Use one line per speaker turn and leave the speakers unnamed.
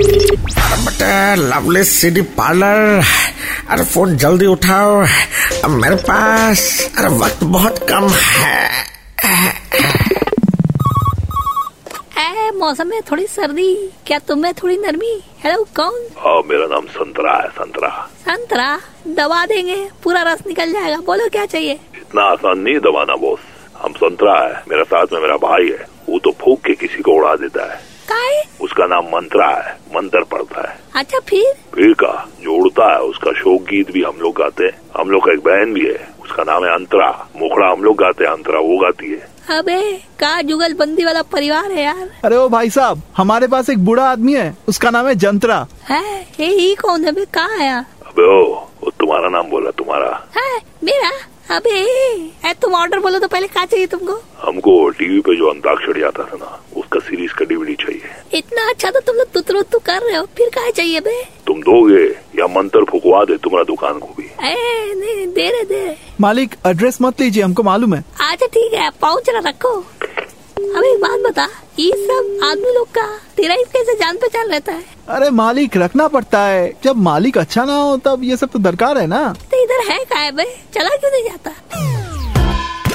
but lovely city parlour अरे phone जल्दी उठाओ अब मेरे पास अरे वक्त बहुत कम है
ऐ मौसम में थोड़ी सर्दी क्या तुम में थोड़ी नरमी हेलो कौन
हाँ मेरा नाम संतरा है संतरा
संतरा दबा देंगे पूरा रस निकल जाएगा बोलो क्या चाहिए
इतना आसान नहीं है दबाना बॉस हम संतरा है मेरा साथ में मेरा भाई है वो तो फूक के किसी को उड़ा देता है
काय
उसका नाम मंत्रा है मंत्र पड़ता है
अच्छा फिर
फिर का जो उड़ता है उसका शोक गीत भी हम लोग गाते हैं हम लोग का एक बहन भी है उसका नाम है अंतरा मुखड़ा हम लोग गाते हैं अंतरा वो गाती है
अबे का जुगलबंदी वाला परिवार है यार
अरे ओ भाई साहब हमारे पास एक बूढ़ा आदमी है उसका नाम है जंतरा
है ये ही कौन है बे का आया
अबे ओ वो तुम्हारा नाम बोला तुम्हारा
है मेरा अबे ऐ तुम ऑर्डर बोलो तो पहले का चाहिए तुमको
हमको टीवी पे जो अंताक्षरी आता था ना उसका सीरीज का डीवीडी चाहिए
इतना अच्छा तो तुम लोग तुतरु तू कर रहे हो फिर का चाहिए बे
तुम दोगे या मंत्र फुकवा दे तुम्हारा दुकान को भी
ऐ नहीं दे रहे दे रहे
मालिक एड्रेस मत लीजिए हमको मालूम है
अच्छा ठीक है पाउच ना रखो अब एक बात बता ये सब आदमी लोग का तेरा ही कैसे जान पहचान रहता है
अरे मालिक रखना पड़ता है जब मालिक अच्छा ना हो तब ये सब तो दरकार है ना
तो इधर है का है बे चला क्यों नहीं जाता